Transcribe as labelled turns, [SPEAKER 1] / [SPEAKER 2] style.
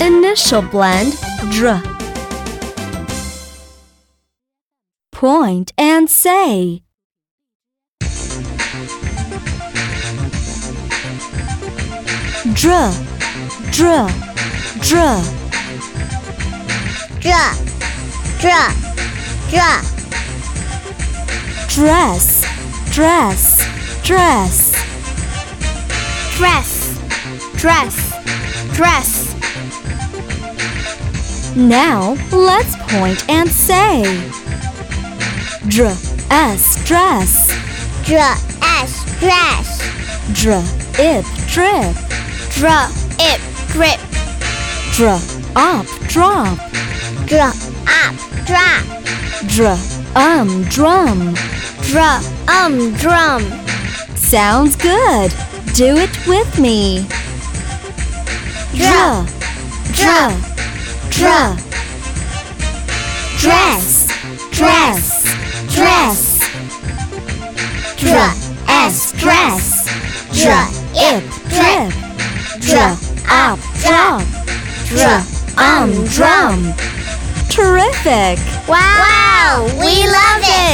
[SPEAKER 1] initial blend dr. Point and say. Dr. Dr. Dr.
[SPEAKER 2] draw, draw, draw,
[SPEAKER 1] Dress. Dress. Dress.
[SPEAKER 2] dress, dress, dress,
[SPEAKER 1] Now let's point and say. Dr. S. Dress.
[SPEAKER 2] draw, s, dress,
[SPEAKER 1] Dr. Ip. Drip.
[SPEAKER 2] draw, it, grip,
[SPEAKER 1] Dr. Up. Drop.
[SPEAKER 2] draw, up, draw,
[SPEAKER 1] Dr. Um. Drum.
[SPEAKER 2] draw, um, drum,
[SPEAKER 1] Sounds good. Do it with me.
[SPEAKER 2] Draw.
[SPEAKER 1] Draw. Draw.
[SPEAKER 2] Draw.
[SPEAKER 1] Dress. Dress. Dress.
[SPEAKER 2] Draw.
[SPEAKER 1] S. Dress.
[SPEAKER 2] Draw.
[SPEAKER 1] Ip. Drip. Draw. Up. Drop. Draw. Um. Drum. Terrific.
[SPEAKER 2] Wow, we love it!